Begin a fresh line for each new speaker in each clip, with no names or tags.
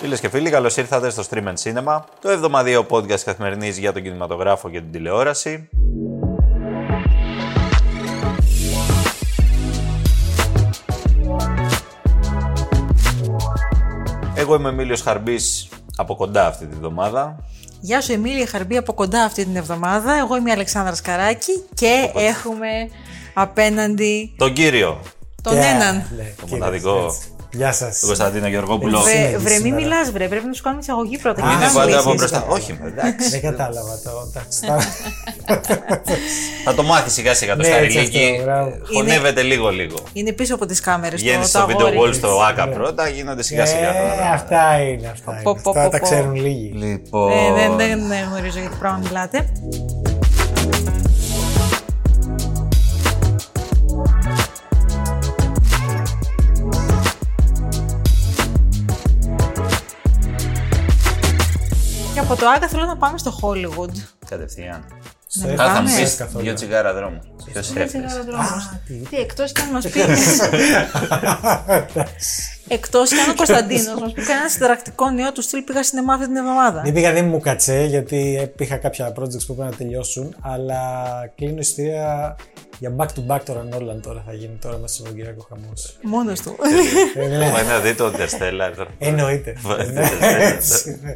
Φίλες και φίλοι, καλώς ήρθατε στο Stream and Cinema, το εβδομαδιαίο podcast καθημερινής για τον κινηματογράφο και την τηλεόραση. Εγώ είμαι ο Εμίλιος Χαρμπής από κοντά αυτή τη βδομάδα.
Γεια σου Εμίλια Χαρμπή από κοντά αυτή την εβδομάδα. Εγώ είμαι η Αλεξάνδρας Σκαράκη και έχουμε απέναντι
Τον κύριο,
τον έναν.
Ναι,
το
κύριε,
μοναδικό,
έτσι. Γεια σας.
τον Κωνσταντίνο Γεωργόπουλο.
Βρε-
Βρε,
συνέβη
βρε μη
σήμερα.
μιλάς, βρε. Πρέπει να σου κάνουμε εισαγωγή πρώτα.
Α,
και
Είναι
μετά
εσύ
πάντα
μιλήσεις.
από
είσαι,
μπροστά.
είσαι.
Όχι, εντάξει.
Δεν κατάλαβα το. εντάξει, τα-
Θα το μάθει σιγά σιγά το
Ναι, έτσι
Σταριλίκι.
αυτό, μπράβο.
Χωνεύεται λίγο λίγο.
Είναι πίσω από τις κάμερες.
Βγαίνεις στο βίντεο wall στο ΆΚΑ πρώτα, γίνονται σιγά σιγά.
Ε, Αυτά είναι. Αυτά είναι.
Πω, πω,
Αυτά
πω,
τα
πω.
ξέρουν λίγοι.
Λοιπόν.
Ε, δεν, δεν, δεν γνωρίζω γιατί πράγμα μιλάτε. Και από το Άγκα θέλω να πάμε στο Hollywood.
Κατευθείαν.
Στο
μην
F1
Θα θα μου
Ναι, πάμε.
ξέρεις
πεις
Ε, καθόλου. Ε,
δύο τσιγάρα δρόμου. Ποιος έφερες.
Σιγαροδρόμος.
τι.
Τι, εκτός κι αν μας πεις. εκτός κι αν ο Κωνσταντίνος μας πει κανένας συνταρακτικό νέο του στυλ πήγα σινεμά αυτή την εβδομάδα.
Δεν πήγα, δεν μου κατσέ, γιατί ε, είχα κάποια projects που έπρεπε να τελειώσουν. Αλλά κλείνω εισιτήρια για back to back τώρα Νόρλαν τώρα θα γίνει τώρα μέσα στο Σαββατοκύριακο χαμός.
Μόνος του.
Πάει να δει το Interstellar.
Ε, ναι, Εννοείται.
Βάζετε,
Ναι,
βάζετε.
έτσι, ναι.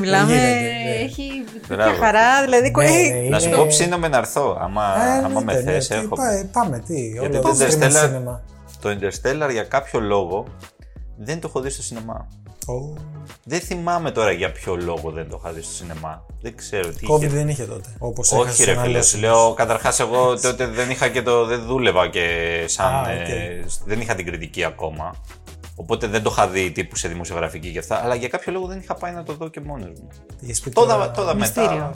Μιλάμε,
Γίνεται, ναι.
έχει μια
Μπράβο.
χαρα δηλαδή
Ναι,
κολλή.
ναι,
Να σου
είναι-
πω ψήνομαι να έρθω, άμα,
Α,
άμα
εννοείται,
με
ναι,
θες
τι,
έχω.
πά- Πάμε, τι.
Γιατί
όλο
το
το streaming
Interstellar,
cinema.
το Interstellar για κάποιο λόγο δεν το έχω δει στο σινεμά.
Ω,
Δεν θυμάμαι τώρα για ποιο λόγο δεν το είχα δει στο σινεμά. Δεν ξέρω τι
COVID
είχε.
δεν είχε τότε. Όπως έχασε
Όχι ρε
τον
φίλε,
άλλο
σου λέω καταρχάς εγώ τότε δεν είχα και το, δεν δούλευα και σαν,
Α,
ε, δεν είχα την κριτική ακόμα. Οπότε δεν το είχα δει τύπου σε δημοσιογραφική και αυτά, αλλά για κάποιο λόγο δεν είχα πάει να το δω και μόνος μου.
Είχε σπίτι
Το
τώρα,
είδα- το είδα μετά.
Μυστήριο.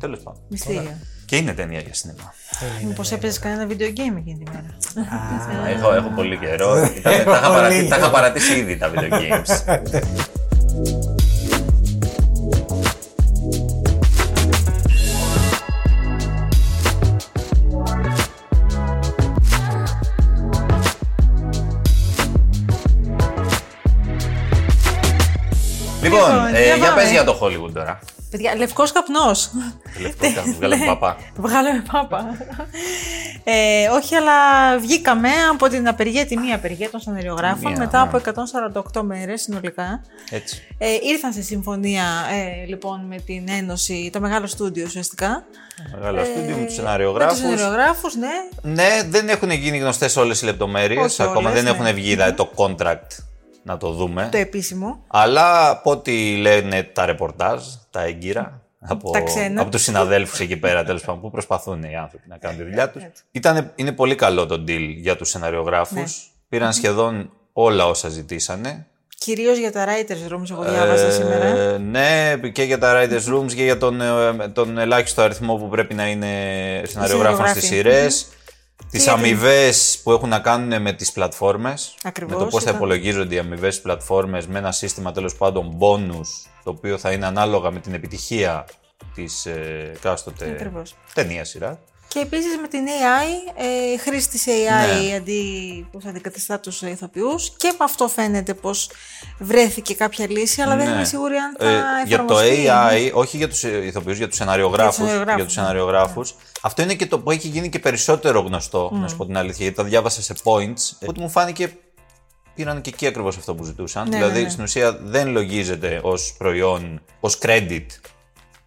Τέλος πάντων.
Μυστήριο.
Και είναι ταινία για σινεμά.
δεν Ε, είναι. ναι.
Μήπως έπαιζες κανένα video game εκείνη τη μέρα.
Έχω, έχω πολύ καιρό. Ήταν- τα,
Έχω
είχα παρατη-
πολύ
τα είχα
καιρό.
παρατήσει ήδη τα video games. Λοιπόν,
Λοιπόν,
ε,
για
για
πάμε.
πες για το Hollywood τώρα.
Παιδιά, λευκός καπνός. Ναι.
Λευκός καπνός, βγάλαμε παπά.
Βγάλαμε πάπα. ε, όχι, αλλά βγήκαμε από την απεργία, τη μία απεργία των σανεριογράφων,
Μία,
μετά
ναι.
από 148 μέρες συνολικά.
Έτσι.
Ε, ήρθαν σε συμφωνία ε, λοιπόν με την Ένωση, το μεγάλο στούντιο ουσιαστικά.
Μεγάλο στούντιο με τους
Ε, Με τους
σεναριογράφους.
σεναριογράφους, ναι.
Ναι, δεν έχουν γίνει γνωστές όλες οι λεπτομέρειες.
Όχι
Ακόμα
όλες,
δεν
ναι.
έχουν βγει δηλαδή, το contract να το δούμε.
Το επίσημο.
Αλλά από ό,τι λένε τα ρεπορτάζ, τα έγκυρα από,
Τα ξένα.
από τους συναδέλφους εκεί πέρα τέλος πάντων που προσπαθούν οι άνθρωποι να κάνουν τη δουλειά τους. Είναι πολύ καλό το deal για τους σεναριογράφους.
Ναι.
Πήραν σχεδόν όλα όσα ζητήσανε.
Κυρίως για τα writers rooms, εγώ διάβαζα σήμερα.
Ε, ναι, και για τα Riders Rooms και για τον, ε, τον ελάχιστο αριθμό που πρέπει να είναι σεναριογράφων στις σειρέ.
σεναριογράφοι.
Τι
για την-
αμοιβές που έχουν να κάνουν με τις πλατφόρμες,
Ακριβώς,
Με το πώς θα
ήταν.
υπολογίζονται οι αμοιβές στις πλατφόρμες με ένα σύστημα τέλος πάντων bonus το οποίο θα είναι ανάλογα με την επιτυχία της ε, κάστοτε
Ακριβώς.
ταινίας σειράς.
Και επίσης με την AI, ε, χρήση της AI
Ναι.
αντί, που θα αντικαταστά τους ηθοποιούς και από αυτό φαίνεται πως βρέθηκε κάποια λύση, αλλά δεν
Ναι.
είμαι σίγουρη αν θα
Ε, για το
εφαρμοστεί.
AI, όχι για τους ηθοποιούς, για τους σεναριογράφους.
Για τους σεναριογράφους,
Για τους
ναι.
σεναριογράφους. Αυτό είναι και το που έχει γίνει και περισσότερο γνωστό,
Mm.
να σου πω την αλήθεια, γιατί τα διάβασα σε points. Οπότε μου φάνηκε πήραν και εκεί ακριβώς αυτό που ζητούσαν.
Ναι,
δηλαδή
ναι, ναι.
στην ουσία δεν λογίζεται ως προϊόν, ως credit.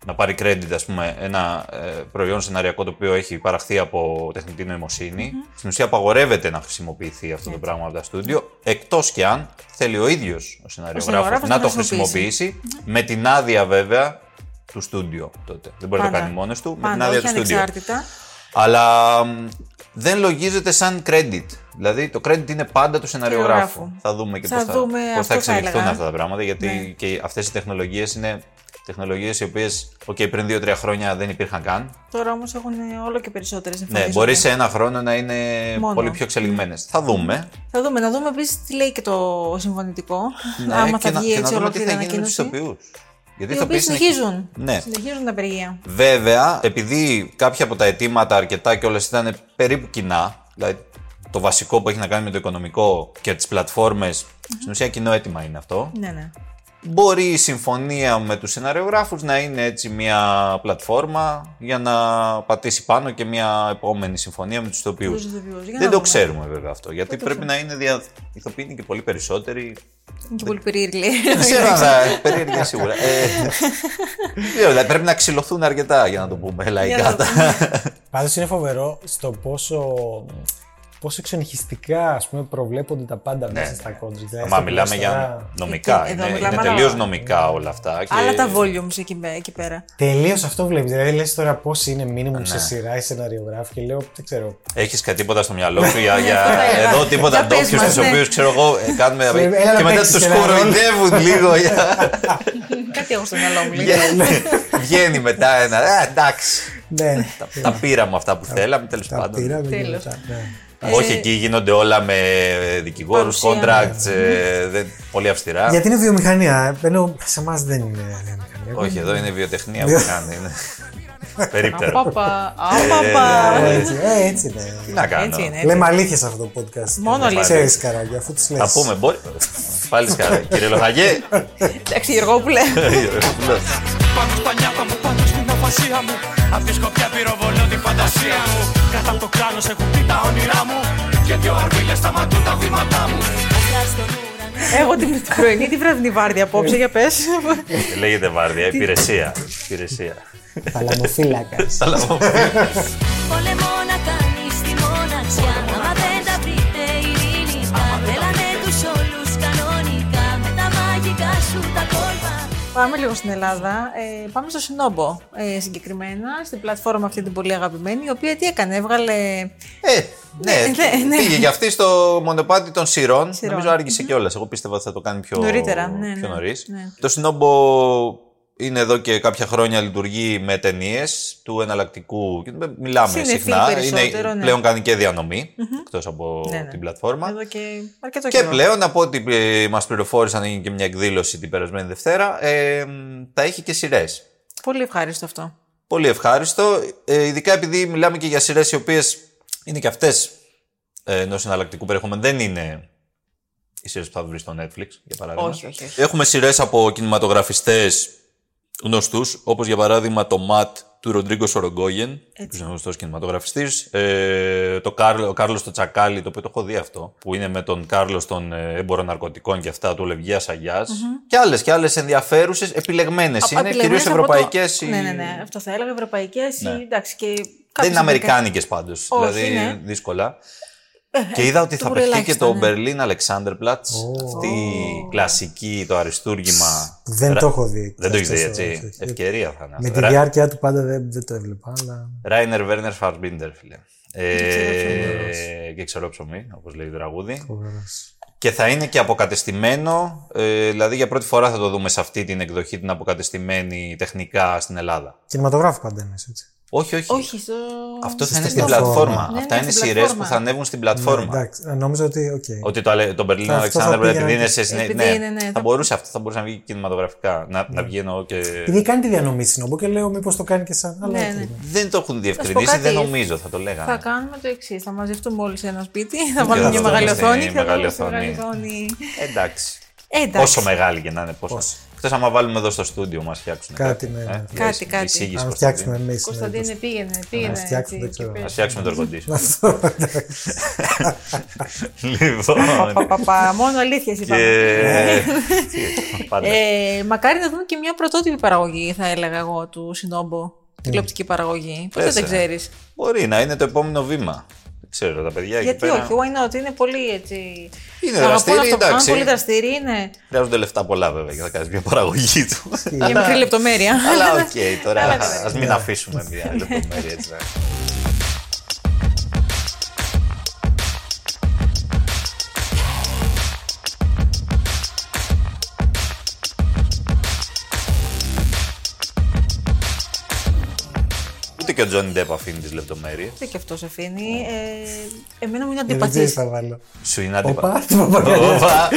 Να πάρει credit, ας πούμε, ένα ε, προϊόν σεναριακό το οποίο έχει παραχθεί από τεχνητή νοημοσύνη. Στην ουσία απαγορεύεται να χρησιμοποιηθεί αυτό το πράγμα από τα στούντιο, εκτός και αν θέλει ο ίδιος ο σεναριογράφο
σεναριογράφος
να
να
το
χρησιμοποιήσει.
χρησιμοποιήσει χρησιμοποιήσει, με την άδεια βέβαια του στούντιο τότε. Δεν μπορεί να το
Πάντα.
κάνει μόνος του, με την
Πάντα,
άδεια
όχι
του στούντιο.
ανεξάρτητα.
Αλλά μ, δεν λογίζεται σαν credit. Δηλαδή το credit είναι πάντα του σεναριογράφου.
Σεναριογράφου.
θα δούμε και
Θα
πώς θα, πώς
δούμε, αυτό
θα
θα
εξελιχθούν
έλεγα. Ναι.
αυτά τα πράγματα, γιατί και αυτές οι τεχνολογίες είναι τεχνολογίες οι οποίες okay, πριν 2-3 χρόνια δεν υπήρχαν καν.
Τώρα όμως έχουν ε, όλο και περισσότερες
Ναι,
εμφανίζονται.
μπορεί σε ένα χρόνο να είναι
Μόνο.
πολύ πιο εξελιγμένες. Θα δούμε.
Θα δούμε, να δούμε επίσης τι λέει και το συμφωνητικό. άμα
Ναι, Ε, και
θα
να-
βγει
και να
έτσι
δούμε τι
ολόκληρη
θα γίνει με τους
ανακοίνωση.
ηθοποιούς. Γιατί
Οι
θα
οποίοι
πει
συνεχίζουν.
Ναι.
Συνεχίζουν την απεργία.
Βέβαια, επειδή κάποια από τα αιτήματα αρκετά και όλες ήταν περίπου κοινά, δηλαδή το βασικό που έχει να κάνει με το οικονομικό και τις πλατφορμες στην ουσία κοινό αίτημα είναι αυτό.
Ναι, ναι.
Μπορεί η συμφωνία με τους σεναριογράφους να είναι έτσι μια πλατφόρμα για να πατήσει πάνω και μια επόμενη συμφωνία με τους ηθοποιούς.
Τους ηθοποιούς, για να
Δεν το
δούμε.
ξέρουμε βέβαια αυτό, γιατί
το
πρέπει να είναι δια... οι ηθοποιοί είναι και πολύ περισσότεροι.
Είναι και πολύ περίεργη.
Δεν ξέρω αν περίεργα σίγουρα. Ε, δεν ξέρω, δηλαδή, πρέπει να ξυλωθούν αρκετά για να το πούμε λαϊκά.
να το
τα-
Πάντως είναι φοβερό στο πόσο, πόσο εξονυχιστικά ας πούμε, προβλέπονται τα πάντα μέσα στα κόντρικ. Δηλαδή,
Μα
στα
Ναι. μιλάμε
πλαστά.
για νομικά.
Εκεί, Ε, εδώ
Είναι, είναι
μιλάμε, αλλά-
τελείως νομικά όλα αυτά. και-
Άλλα τα volumes εκεί, πέ- εκεί πέρα.
Τελείως αυτό βλέπεις. Δηλαδή, λες τώρα πόσοι είναι minimum
Ναι.
σε σειρά οι σεναριογράφοι και λέω, δεν ξέρω.
Έχεις κάτι τίποτα στο μυαλό σου για, για
Ε, αυτό θα έβαλα.
εδώ τίποτα
Για πες
ντόπιους
μας,
τους
ναι.
οποίους ξέρω εγώ ε, κάνουμε.
Έλα να
και μετά
παίξεις
του
ένα ρόλο.
κοροϊδεύουν λίγο. για- ε.
Κάτι έχω στο μυαλό μου. λέει.
βγαίνει- Βγαίνει μετά ένα. «Ε, εντάξει.
Ναι,
τα- Τα πήραμε αυτά που θέλαμε τέλος
τα
πάντων.
πήραμε και
Τέλος.
μετά. ναι.
Όχι, εκεί γίνονται όλα με δικηγόρους,
Ε, Παρουσία, ναι.
contracts, ε, δεν- πολύ αυστηρά.
Γιατί είναι βιομηχανία, ε, ενώ σε εμά δεν είναι βιομηχανία.
Όχι, εδώ είναι βιοτεχνία
Ναι.
που κάνει. είναι. Περίπτερο.
Παπα, απαπα.
Ε, Έτσι, ε, έτσι είναι.
Τι να κάνω.
Έτσι είναι. έτσι.
Λέμε αλήθεια σε αυτό το podcast.
Μόνο αλήθεια.
Ξέρεις καράγια, αφού τις λες.
Θα πούμε, μπορεί. Πάλι σκάρα. Κύριε Λοχαγέ.
Εντάξει, Γεργόπουλε.
Ε,
Πάνω στα νιάτα μου, πάνω στην αφασία μου Απ' τη σκοπιά πυροβολώ τη φαντασία μου Κατά από το κράνος έχουν πει τα όνειρά μου Και δυο αρβίλες σταματούν τα βήματά μου
Έχω την πρωινή, την βραδινή βάρδια απόψε για πες.
Λέγεται βάρδια, υπηρεσία. Υπηρεσία.
Θαλαμοφύλακα.
Τα λαμβάνω.
Πολεμό να κάνεις τη μοναξιά. Άμα δεν τα βρείτε ειρηνικά, θέλανε του όλου κανονικά. Με τα μαγικά σου τα κόλπα.
Πάμε λίγο στην Ελλάδα. Ε, πάμε στο Σινόμπο ε, συγκεκριμένα, στην πλατφόρμα αυτή την πολύ αγαπημένη, η οποία τι έκανε, έβγαλε.
Ε, ναι,
Ναι, ναι.
πήγε και αυτή στο μονοπάτι των σειρών.
Σειρών.
Νομίζω άργησε κιόλας. Εγώ πίστευα ότι θα το κάνει πιο
Νωρίτερα, ναι,
πιο
ναι,
νωρίς.
ναι.
Το Σινόμπο είναι εδώ και κάποια χρόνια λειτουργεί με ταινίες του εναλλακτικού. και Μιλάμε
Συνεφίλ
συχνά.
περισσότερο, ναι.
Πλέον κάνει και διανομή εκτός από
Ναι, ναι.
την πλατφόρμα.
Εδώ και αρκετό
Και
καιρό.
πλέον, από ό,τι μας πληροφόρησαν, έγινε και μια εκδήλωση την περασμένη Δευτέρα. Ε, τα έχει και σειρές.
Πολύ ευχάριστο αυτό.
Πολύ ευχάριστο. Ε, ειδικά επειδή μιλάμε και για σειρές οι οποίες είναι και αυτές ε, ενός εναλλακτικού περιεχομένου. Δεν είναι οι σειρές που θα βρεις στο Netflix, για παράδειγμα.
Όχι, όχι, όχι.
Έχουμε σειρές από κινηματογραφιστές γνωστούς, όπως για παράδειγμα το Ματ του Ροντρίγκο Σορογκόγεν, που είναι γνωστός κινηματογραφιστής. Ε, το Κάρλο, ο Κάρλος το Τσακάλι, το οποίο το έχω δει αυτό, που είναι με τον Κάρλος των ε, έμπορων ναρκωτικών και αυτά, του Λευγία Και άλλες και άλλες ενδιαφέρουσες, επιλεγμένες είναι, κυρίω
Επιλεγμένες από
ευρωπαϊκέ.
Το... Ναι, ναι, ναι. Αυτό θα έλεγα. Ευρωπαϊκές ή εντάξει. Και
Ναι. Δεν
κάποιες
είναι αμερικάνικες πάντως,
Όχι,
δηλαδή
ναι. Ε,
δύσκολα. και είδα ότι
το
θα
πολύ
παιχτεί και
ελάχιστα,
το
ναι.
Berlin Alexanderplatz, αυτή η κλασική, το αριστούργημα.
Δεν το έχω δει.
Δεν το έχεις
Αυτό
δει,
στο-
έτσι.
στο-
Ευκαιρία θα
Με τη
είναι. Ρα-
διάρκεια του πάντα δεν, δεν το έβλεπα, αλλά.
Ράινερ Βέρνερ Φαρμπίντερ, φίλε. Ε,
ψωμί.
και ξέρω ψωμί, όπως λέει το τραγούδι.
φοβερός.
Και θα είναι και αποκατεστημένο, ε, δηλαδή για πρώτη φορά θα το δούμε σε αυτή την εκδοχή, την αποκατεστημένη τεχνικά στην Ελλάδα.
Κινηματογράφο πάντα είναι έτσι.
Όχι, όχι.
Όχι, στο.
Αυτό θα
Στην
είναι στην
πλατφόρμα.
πλατφόρμα.
Ναι,
Αυτά
ναι,
είναι
στην
σειρές που
πλατφόρμα.
θα ανέβουν στην πλατφόρμα.
Ναι, Εντάξει, νόμιζα ότι. οκ.
Ναι,
Ναι.
Ότι το, αλε- το Berlin
Αυτό θα
Αλεξάνδρα
πήγαινε
επειδή είναι
και-
σε συνέχεια.
Επειδή
Ναι,
είναι, ναι,
θα
το-
μπορούσε αυτό, θα μπορούσε να βγει και κινηματογραφικά. Να, να βγει εννοώ και.
Επειδή κάνει τη διανομή συνόμπο και λέω μήπως το κάνει και σαν. αλλά
Ναι,
οκ.
ναι.
Δεν το έχουν διευκρινίσει,
κάτι,
δεν νομίζω θα το
Θα
λέγανε.
κάνουμε το εξής. Θα μαζευτούμε όλοι σε ένα σπίτι, θα βάλουμε
θα
μια
το
μεγάλη
βάλουμε
οθόνη
στη
και θα βάλουμε
μεγάλη
στη μεγάλη οθόνη.
Εντάξει.
Ε, Εντάξει.
Όσο μεγάλη και να είναι, πόσο.
Πόσο.
Εκτός άμα βάλουμε εδώ στο στούντιο, μας φτιάξουν.
Κάτι, ναι, ναι.
ε. λες,
Κάτι, κάτι.
εισήγηση
Αν
Κωνσταντίνου.
φτιάξουμε ναι, εμεί.
Κωνσταντίνε, πήγαινε, πήγαινε.
Να φτιάξουμε,
έτσι, και
δεν ξέρω.
Να
πες.
φτιάξουμε το εργοντήσιο. Λοιπόν.
Πα, πα, πα, Μόνο αλήθεια είπαμε.
και- Πάντα.
Ε, μακάρι να δούμε και μια πρωτότυπη παραγωγή, θα έλεγα εγώ, του Σινόμπο. Τηλεοπτική παραγωγή. Ποτέ
Mm. Πες,
δεν
ε.
ξέρεις.
Μπορεί να είναι το επόμενο βήμα. Δεν ξέρω, τα παιδιά εκεί
Γιατί
πέρα.
όχι, why not, είναι πολύ έτσι.
Είναι
Αγαπούν
δραστήριοι,
αυτό που κάνουν,
εντάξει.
πολύ δραστήριοι είναι.
Χρειάζονται λεφτά πολλά βέβαια για να κάνεις μια παραγωγή του.
Για μικρή λεπτομέρεια.
Αλλά οκ, τώρα
Αλλά εντάξει.
ας μην αφήσουμε μια λεπτομέρεια έτσι. να- Ούτε και ο Τζόνι Ντεπ αφήνει τις λεπτομέρειες.
Τι και αυτός αφήνει. Ε, εμένα μου είναι
Για τον Τζέι
αντιπαθή.
θα βάλω.
Σου είναι
Οπα,
αντίπαλο.
την παπαγκαλιά.
Οπα.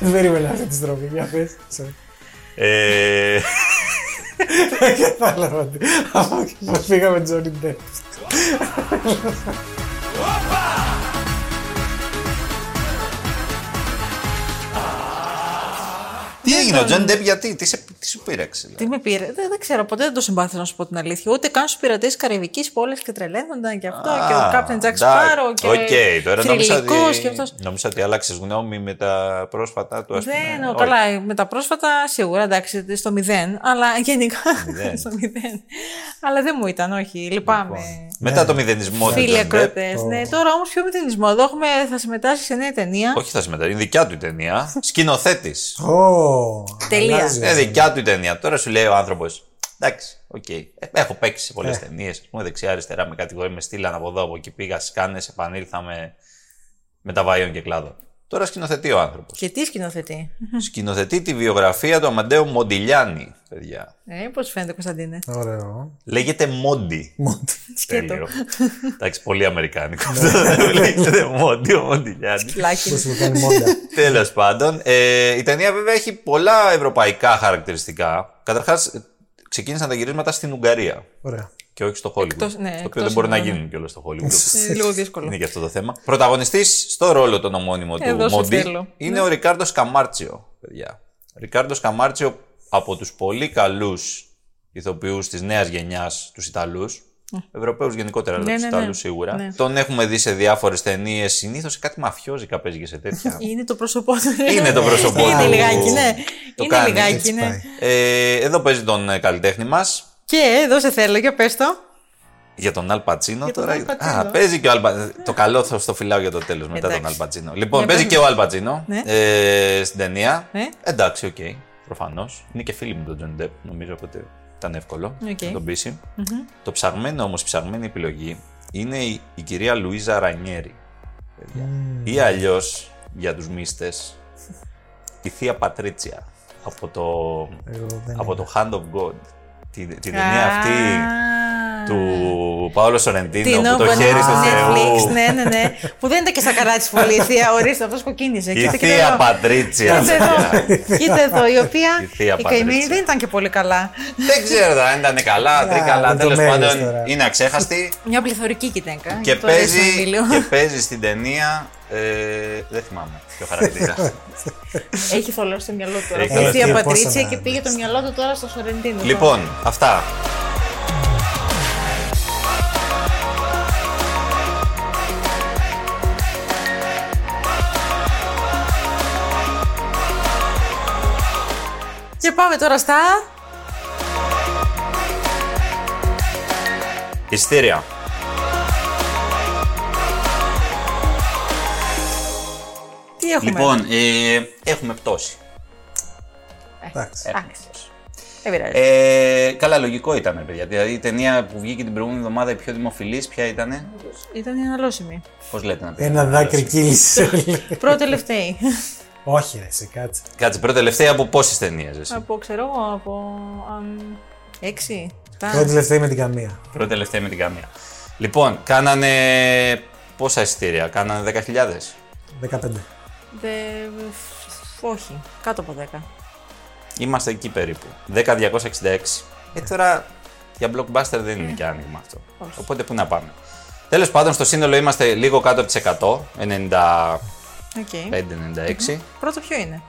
Δεν περίμενα αυτή τη στροφή. Για πες.
Ε,
Δεν κατάλαβα τι. Αφού και το φύγαμε Τζόνι Ντεπ.
Τι
Δεν
έγινε, ο
τον-
Τζον Ντεπ, γιατί, τι, σε, τι σου πήραξε.
Τι με πήρε. Δεν, δεν ξέρω, ποτέ δεν το συμπάθησα να σου πω την αλήθεια. Ούτε καν στους πειρατές Καραϊβικής πόλης και τρελαίνονταν και αυτό. και ο Κάπτεν Τζακ Σπάρο και.
Οκ, τώρα νόμισα ότι,
θρηλυκός και αυτός.
νόμισα ότι άλλαξες γνώμη με τα πρόσφατα του. ας
Δεν,
πούμε.
ο,
Όχι.
καλά, με τα πρόσφατα σίγουρα εντάξει, στο μηδέν, αλλά γενικά
Μηδέν.
στο μηδέν. Αλλά δεν μου ήταν, όχι, λυπάμαι.
Μετά
ε,
το μηδενισμό του
Φίλοι
Τζον Ντεπ.
ακροτέ. Ναι, τώρα όμως πιο μηδενισμό. Εδώ έχουμε, θα συμμετάσχει σε νέα ταινία.
Όχι, θα συμμετέχει. Είναι δικιά του η ταινία. Σκηνοθέτης.
Ω,
Τελεία.
αλλάζει.
Είναι δικιά του η ταινία. Τώρα σου λέει ο άνθρωπος. Εντάξει, οκ. Ε, Έχω παίξει σε
Ε.
πολλέ ταινίες. Ας πούμε δεξιά-αριστερά με κατηγορία με στείλαν από εδώ, από εκεί πήγα σκάνες, επανήλθαμε με τα βαϊόν και κλάδο. Τώρα σκηνοθετεί ο άνθρωπος.
Και τι σκηνοθετεί.
Σκηνοθετεί τη βιογραφία του Αμαντέου Μοντιλιάνη, παιδιά.
Ε, Πώς φαίνεται, Κωνσταντίνε.
Ωραίο.
Λέγεται Μόντι.
Μόντι.
Σκέτο.
Τέλειο. Εντάξει, πολύ αμερικάνικο. αυτό. Λέγεται Μόντι, ο Μοντιλιάνη.
Φυλάκι.
Πώς μου κάνει μόντα.
Τέλος πάντων, ε, η ταινία βέβαια έχει πολλά ευρωπαϊκά χαρακτηριστικά. Καταρχάς, ξεκίνησαν τα γυρίσματα στην Ουγγαρία
Ωραία.
και όχι στο Hollywood.
Εκτός- ναι,
το οποίο
εκτός
δεν μπορεί να
Ουγγαρών.
γίνουν κιόλας στο Hollywood. Ναι.
Είναι Ε, λίγο δύσκολο.
είναι και αυτό το θέμα. Πρωταγωνιστής στο ρόλο τον ομώνυμο
Εδώ
του
σε
Μόντι
θέλω. Ναι.
είναι ο Ρικάρντος Καμάρτσιο. Παιδιά. Ρικάρντος Καμάρτσιο από τους πολύ καλούς ηθοποιούς της νέας γενιάς, τους Ιταλούς. Ευρωπαίους γενικότερα, αλλά
Ναι,
τους
ναι, ναι.
Ιταλού σίγουρα.
Ναι.
Τον έχουμε δει σε διάφορες ταινίες. Συνήθως σε κάτι μαφιόζικα παίζει και σε τέτοια.
Είναι το πρόσωπό του.
Είναι το πρόσωπό
Είναι
του.
λιγάκι, ναι.
Το
είναι
κάνει,
λιγάκι,
έτσι
ναι.
πάει.
Ε, εδώ παίζει τον ε, καλλιτέχνη μας.
Και εδώ σε θέλω, για πες το.
Για τον Αλ Πατσίνο
Για τον
τώρα.
Αλ Πατσίνο.
Α, παίζει και ο Αλ Πατσίνο. Το καλό θα στο φυλάω για το τέλος μετά
Εντάξει.
τον Αλ Πατσίνο. Λοιπόν,
Ναι,
παίζει
παίζει.
και ο Αλ Πατσίνο
Ναι.
ε, στην ταινία.
Ναι.
Εντάξει, οκ. Προφανώς. Είναι και φίλοι μου τον Τζον Ντεπ, νομίζω, οπότε ήταν εύκολο
Οκ.
να τον πεισει Το ψαγμένο όμως, η ψαγμένη επιλογή είναι η, η κυρία Λουίζα Ρανιέρη. παιδιά. Ή αλλιώς για τους μίστε, η θεία Πατρίτσια από το
Εγώ δεν
από
είμαι.
το Hand of God. Την, την
Α,
ταινία αυτή του Παόλο Σορεντίνο
Την
που το
Open
χέρι ε,
στο
του
Netflix,
Θεού.
ναι, ναι, ναι. Που δεν ήταν και σακαρά τη πολύ η θεία, ορίστε, αυτός κοκκίνησε.
Η
Κοίτα, κοίτα
θεία
εδώ.
Πατρίτσια.
Κοίτα εδώ, κοίτα εδώ, η οποία
Η θεία
η καημένη
Πατρίτσια.
δεν ήταν και πολύ καλά.
Δεν ξέρω αν ήταν καλά, δεν καλά. Τέλο
λεπτομέρειες
πάντων
τώρα.
είναι αξέχαστη
Μια πληθωρική γυναίκα.
και
γι' αυτό αρέσει
παίζει,
ο Εμίλιο.
και παίζει στην ταινία. ε, δεν θυμάμαι ποιο χαρακτήρα.
Έχει θολώσει το μυαλό του.
Έχει
αυτή Η θεία
θολώσει.
Πατρίτσια
Πόσα
και
να-
πήγε το μυαλό του τώρα στο Σορεντίνο.
λοιπόν, αυτά.
Και πάμε τώρα στα.
Ιστήρια.
Τι έχουμε.
Λοιπόν, ε, έχουμε πτώση.
Εντάξει.
Έχουμε
Εντάξει.
πτώση.
Δεν πειράζει.
Ε, καλά, λογικό ήταν, παιδιά. Δηλαδή, η ταινία που βγήκε την προηγούμενη εβδομάδα, η πιο δημοφιλής, ποια ήταν.
Ε, Ήταν η αναλώσιμη.
Πώς λέτε να πει.
Ένα δάκρυ
Ε,
κύλησε όλοι.
Πρώτη τελευταία.
Όχι, ρε, σε κάτσε.
Κάτσε, πρώτη τελευταία από πόσες ταινίες εσύ.
από ξέρω εγώ, από. αμ, Έξι. εφτά.
Πρώτη τελευταία με την καμία.
Πρώτη τελευταία με την καμία. Λοιπόν, κάνανε. Πόσα εισιτήρια, κάνανε 10.000.
15.
Δε- Όχι, κάτω από 10.
Είμαστε εκεί περίπου. 10.266. Ε, τώρα για blockbuster δεν είναι και άνοιγμα αυτό. Οπότε πού να πάμε. Τέλος πάντων, στο σύνολο είμαστε λίγο κάτω από τις 100,
Ε,
Okay.
95-96.
Πρώτο ποιο είναι.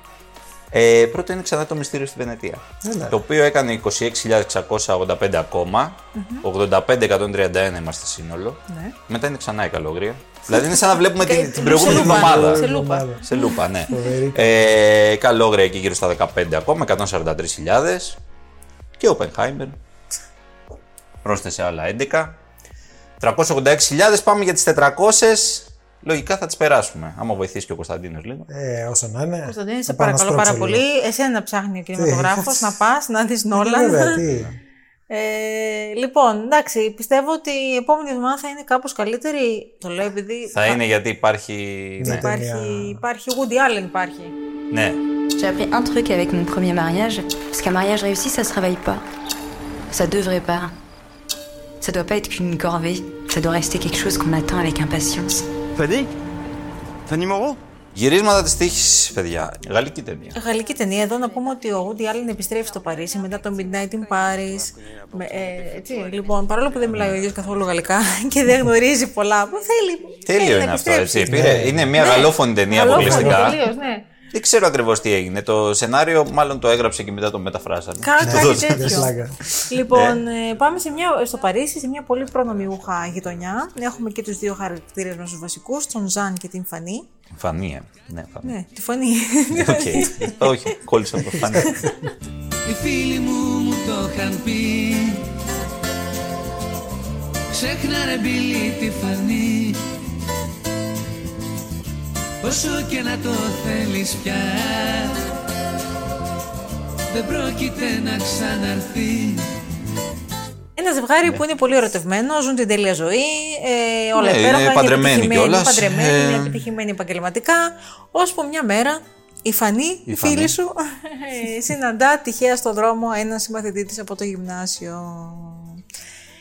Ε, πρώτο είναι ξανά το μυστήριο στη Βενετία.
Έλα.
Το οποίο έκανε 26.685 ακόμα. 85.131 είμαστε σύνολο.
Ναι.
Μετά είναι ξανά η καλόγρια. δηλαδή είναι σαν να βλέπουμε την, την
σε
προηγούμενη
λούπα,
εβδομάδα.
Σε λούπα.
Ομάδα.
Σε λούπα, ναι.
Φοβερή.
ε, η καλόγρια εκεί γύρω στα 15 ακόμα, 143.000. Και Oppenheimer. Πρόσθεσε άλλα 11. 386.000, πάμε για τις 400. Λογικά θα τις περάσουμε. Άμα βοηθήσει και ο Κωνσταντίνος λίγο.
Ε, όσο να είναι.
Κωνσταντίνε,
θα
σε
πάω να
παρακαλώ πάρα
στρώξω λίγο.
πολύ. Εσένα ψάχνει ο κινηματογράφος να πας, να δεις Νόλαν.
Βέβαια, τι.
Ε, λοιπόν, εντάξει, πιστεύω ότι η επόμενη εβδομάδα θα είναι κάπως καλύτερη. Το λέω επειδή.
Θα είναι γιατί υπάρχει. Ναι.
Υπάρχει, υπάρχει Woody Allen, υπάρχει.
ναι.
J'ai appris un truc avec mon premier mariage, parce qu'un mariage réussi, ça se réveille pas. Ça devrait pas. Ça doit pas être qu'une corvée, ça doit rester quelque chose qu'on attend avec impatience.
Φανή, Φανή Μωρό.
Γυρίσματα της τύχης, παιδιά. Γαλλική ταινία.
Γαλλική ταινία. Εδώ να πούμε ότι ο Woody Allen επιστρέφει στο Παρίσι μετά το Midnight in Paris. Με, ε, έτσι, λοιπόν, παρόλο που δεν μιλάει ο ίδιος καθόλου γαλλικά και δεν γνωρίζει πολλά, που θέλει. θέλει
Τέλειο
να
είναι αυτό,
Ε, επιστρέψει.
έτσι. Πήρε, είναι μια γαλλόφωνη ταινία
Γαλλόφωνο,
αποκλειστικά.
τελείως, ναι.
Δεν ξέρω ακριβώς τι έγινε. Το σενάριο μάλλον το έγραψε και μετά το μεταφράσανε.
Κά-
Το
κάτι
δώσανε.
Μια
τέτοιο.
σλάγκα.
Λοιπόν, ε, πάμε σε μια, στο Παρίσι, σε μια πολύ προνομιούχα γειτονιά. Έχουμε και τους δύο χαρακτήρες μας τους βασικούς, τον Ζαν και την Φανή.
Φανή, ε. Ναι, φανή.
Ναι, τη Φανή.
Οκ. Όχι, κόλλησα από το φανή.
Οι φίλοι μου μου το είχαν πει Ξέχνα ρε Μπίλη τη φανή Όσο και να το θέλεις πια Δεν πρόκειται να ξαναρθεί
Ένα ζευγάρι που είναι πολύ ερωτευμένο, ζουν την τέλεια ζωή, ε, όλα
Ναι,
υπέροχα,
είναι παντρεμένοι
επιτυχημένοι,
κιόλας,
παντρεμένοι,
ε.
είναι επιτυχημένοι επαγγελματικά, ώσπου μια μέρα η Φανή, η
Φανή.
φίλη σου, ε, συναντά τυχαία στον δρόμο έναν συμμαθητή της από το γυμνάσιο.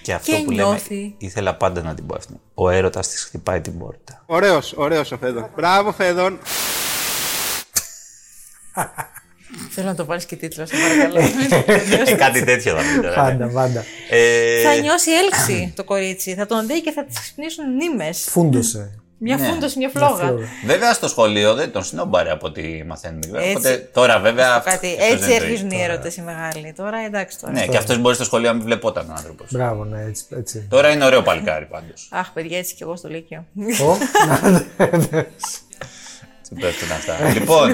Και αυτό
Και
που
νιώθει.
λέμε, ήθελα πάντα να την πω αυτή. Ο έρωτας της χτυπάει την πόρτα.
Ωραίος, ωραίος ο Φέδων. Μπράβο Φέδων.
Θέλω να το βάλεις και τίτλο, σε παρακαλώ.
Ε. Κάτι τέτοιο θα πει τώρα. ναι.
Πάντα, πάντα.
Ε,
θα νιώσει έλξη το κορίτσι, θα τον δει και θα της ξυπνήσουν νήμες.
Φούντωσε.
Μια
Ναι.
φούντος, μια φλόγα.
φλόγα.
Βέβαια στο σχολείο δεν τον συνόμπαρε από ό,τι μαθαίνουμε.
Έτσι.
Οπότε τώρα βέβαια. αυτό-
Κάτι,
αυτός
έτσι
δεν το
έρχεσουν
είχε
οι
τώρα.
έρωτες οι μεγάλοι. Τώρα εντάξει τώρα.
Ναι, και αυτός μπορεί στο σχολείο να μην βλεπόταν ο άνθρωπος.
Μπράβο, ναι, έτσι. έτσι.
Τώρα είναι ωραίο παλικάρι πάντως.
Αχ, παιδιά, έτσι κι εγώ στο Λύκειο.
Ω,
Τι πέφτουν αυτά. λοιπόν,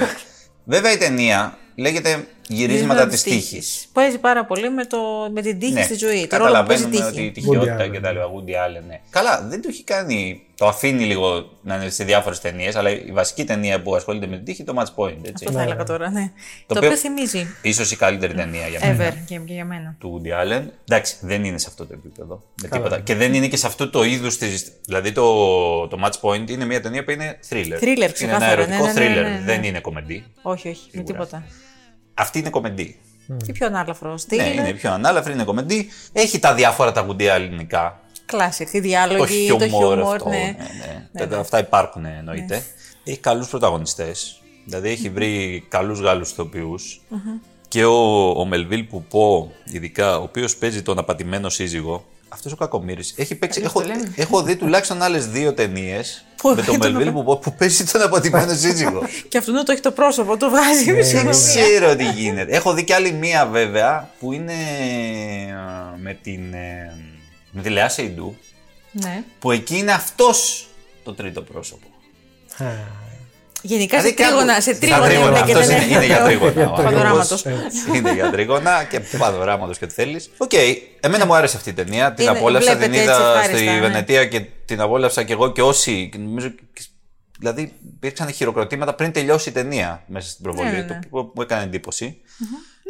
βέβαια η ταινία λέγεται Γυρίσματα της τύχη.
Παίζει πάρα πολύ με, το, με την τύχη στη ζωή. Το ρόλο που παίζει η
Ναι, καταλαβαίνουμε
τύχη.
ότι η
Woody
τυχιότητα
Allen.
και τα λοιπά. Woody Allen, ναι. Καλά, δεν το έχει κάνει. Το αφήνει λίγο να είναι σε διάφορες ταινίες, αλλά η βασική ταινία που ασχολείται με την τύχη είναι το Match Point. Έτσι.
Αυτό θα έλεγα τώρα, ναι. Το,
οποίο-
οποίο θυμίζει.
Ίσως η καλύτερη ταινία για μένα.
Ever και και για μένα.
του Woody Allen. Εντάξει, δεν είναι σε αυτό το επίπεδο. Με τίποτα. Και δεν είναι και σε αυτό το είδου της. Δηλαδή το, το Match Point είναι μια ταινία που είναι thriller.
Thriller,
Είναι ένα
ξεκάθαρα,
ερωτικό
ναι, ναι, ναι,
thriller.
ναι, ναι.
Δεν είναι κομμεντή.
Όχι, όχι, με τίποτα.
Αυτή είναι κομμεντή.
Και πιο ανάλαφρο. Τι
Ναι, είναι πιο ανάλαφρη, είναι κομμεντή. Έχει τα διάφορα τα Woody Allenικά.
Classic, οι
Το
διάλογοι, το
χιουμόρ
χιούμορ,
αυτό.
ναι.
ναι, ναι. Τα- τα- Αυτά υπάρχουν εννοείται. Έχει καλούς πρωταγωνιστές. Δηλαδή έχει βρει καλούς Γάλλους ηθοποιούς. Και ο, ο Μελβίλ που πω, ειδικά, ο οποίος παίζει τον απατημένο σύζυγο, αυτός ο κακομύρης, έχει παίξει, έχω, έχω δει τουλάχιστον άλλες δύο ταινίες
Που
με τον
τον
Μελβίλ
απα-
που, πω, που παίζει τον απατημένο σύζυγο.
Και αυτό ναι, το έχει το πρόσωπο, το βγάζει με
Δεν
συγχωρία.
ξέρω τι γίνεται. Έχω δει κι άλλη μία βέβαια που είναι ε, με την. ε, με τη Λεά Σεϊντού.
Ναι.
Που εκεί είναι αυτός το τρίτο πρόσωπο.
Ε,
Γενικά σε
Δηλαδή,
τρίγωνα,
κάπου-
σε
στα
τρίγωνα
τρίγωνα,
είναι και
αυτός
δεν Ε,
είναι, είναι για τρίγωνα. ο
Παδοράματος.
άνθρωπος. είναι για τρίγωνα και παδοράματο και ό,τι θέλεις. Οκ, εμένα μου άρεσε αυτή η ταινία. Την
Είναι-
απόλαυσα, την
βλέπετε έτσι
είδα
ευχάριστα,
στη
ναι.
Βενετία και την απόλαυσα και εγώ και όσοι. και Νομίζω, και- δηλαδή υπήρξαν χειροκροτήματα πριν τελειώσει η ταινία μέσα στην προβολή.
Ναι, ναι,
Το
ναι.
οποίο μου έκανε εντύπωση.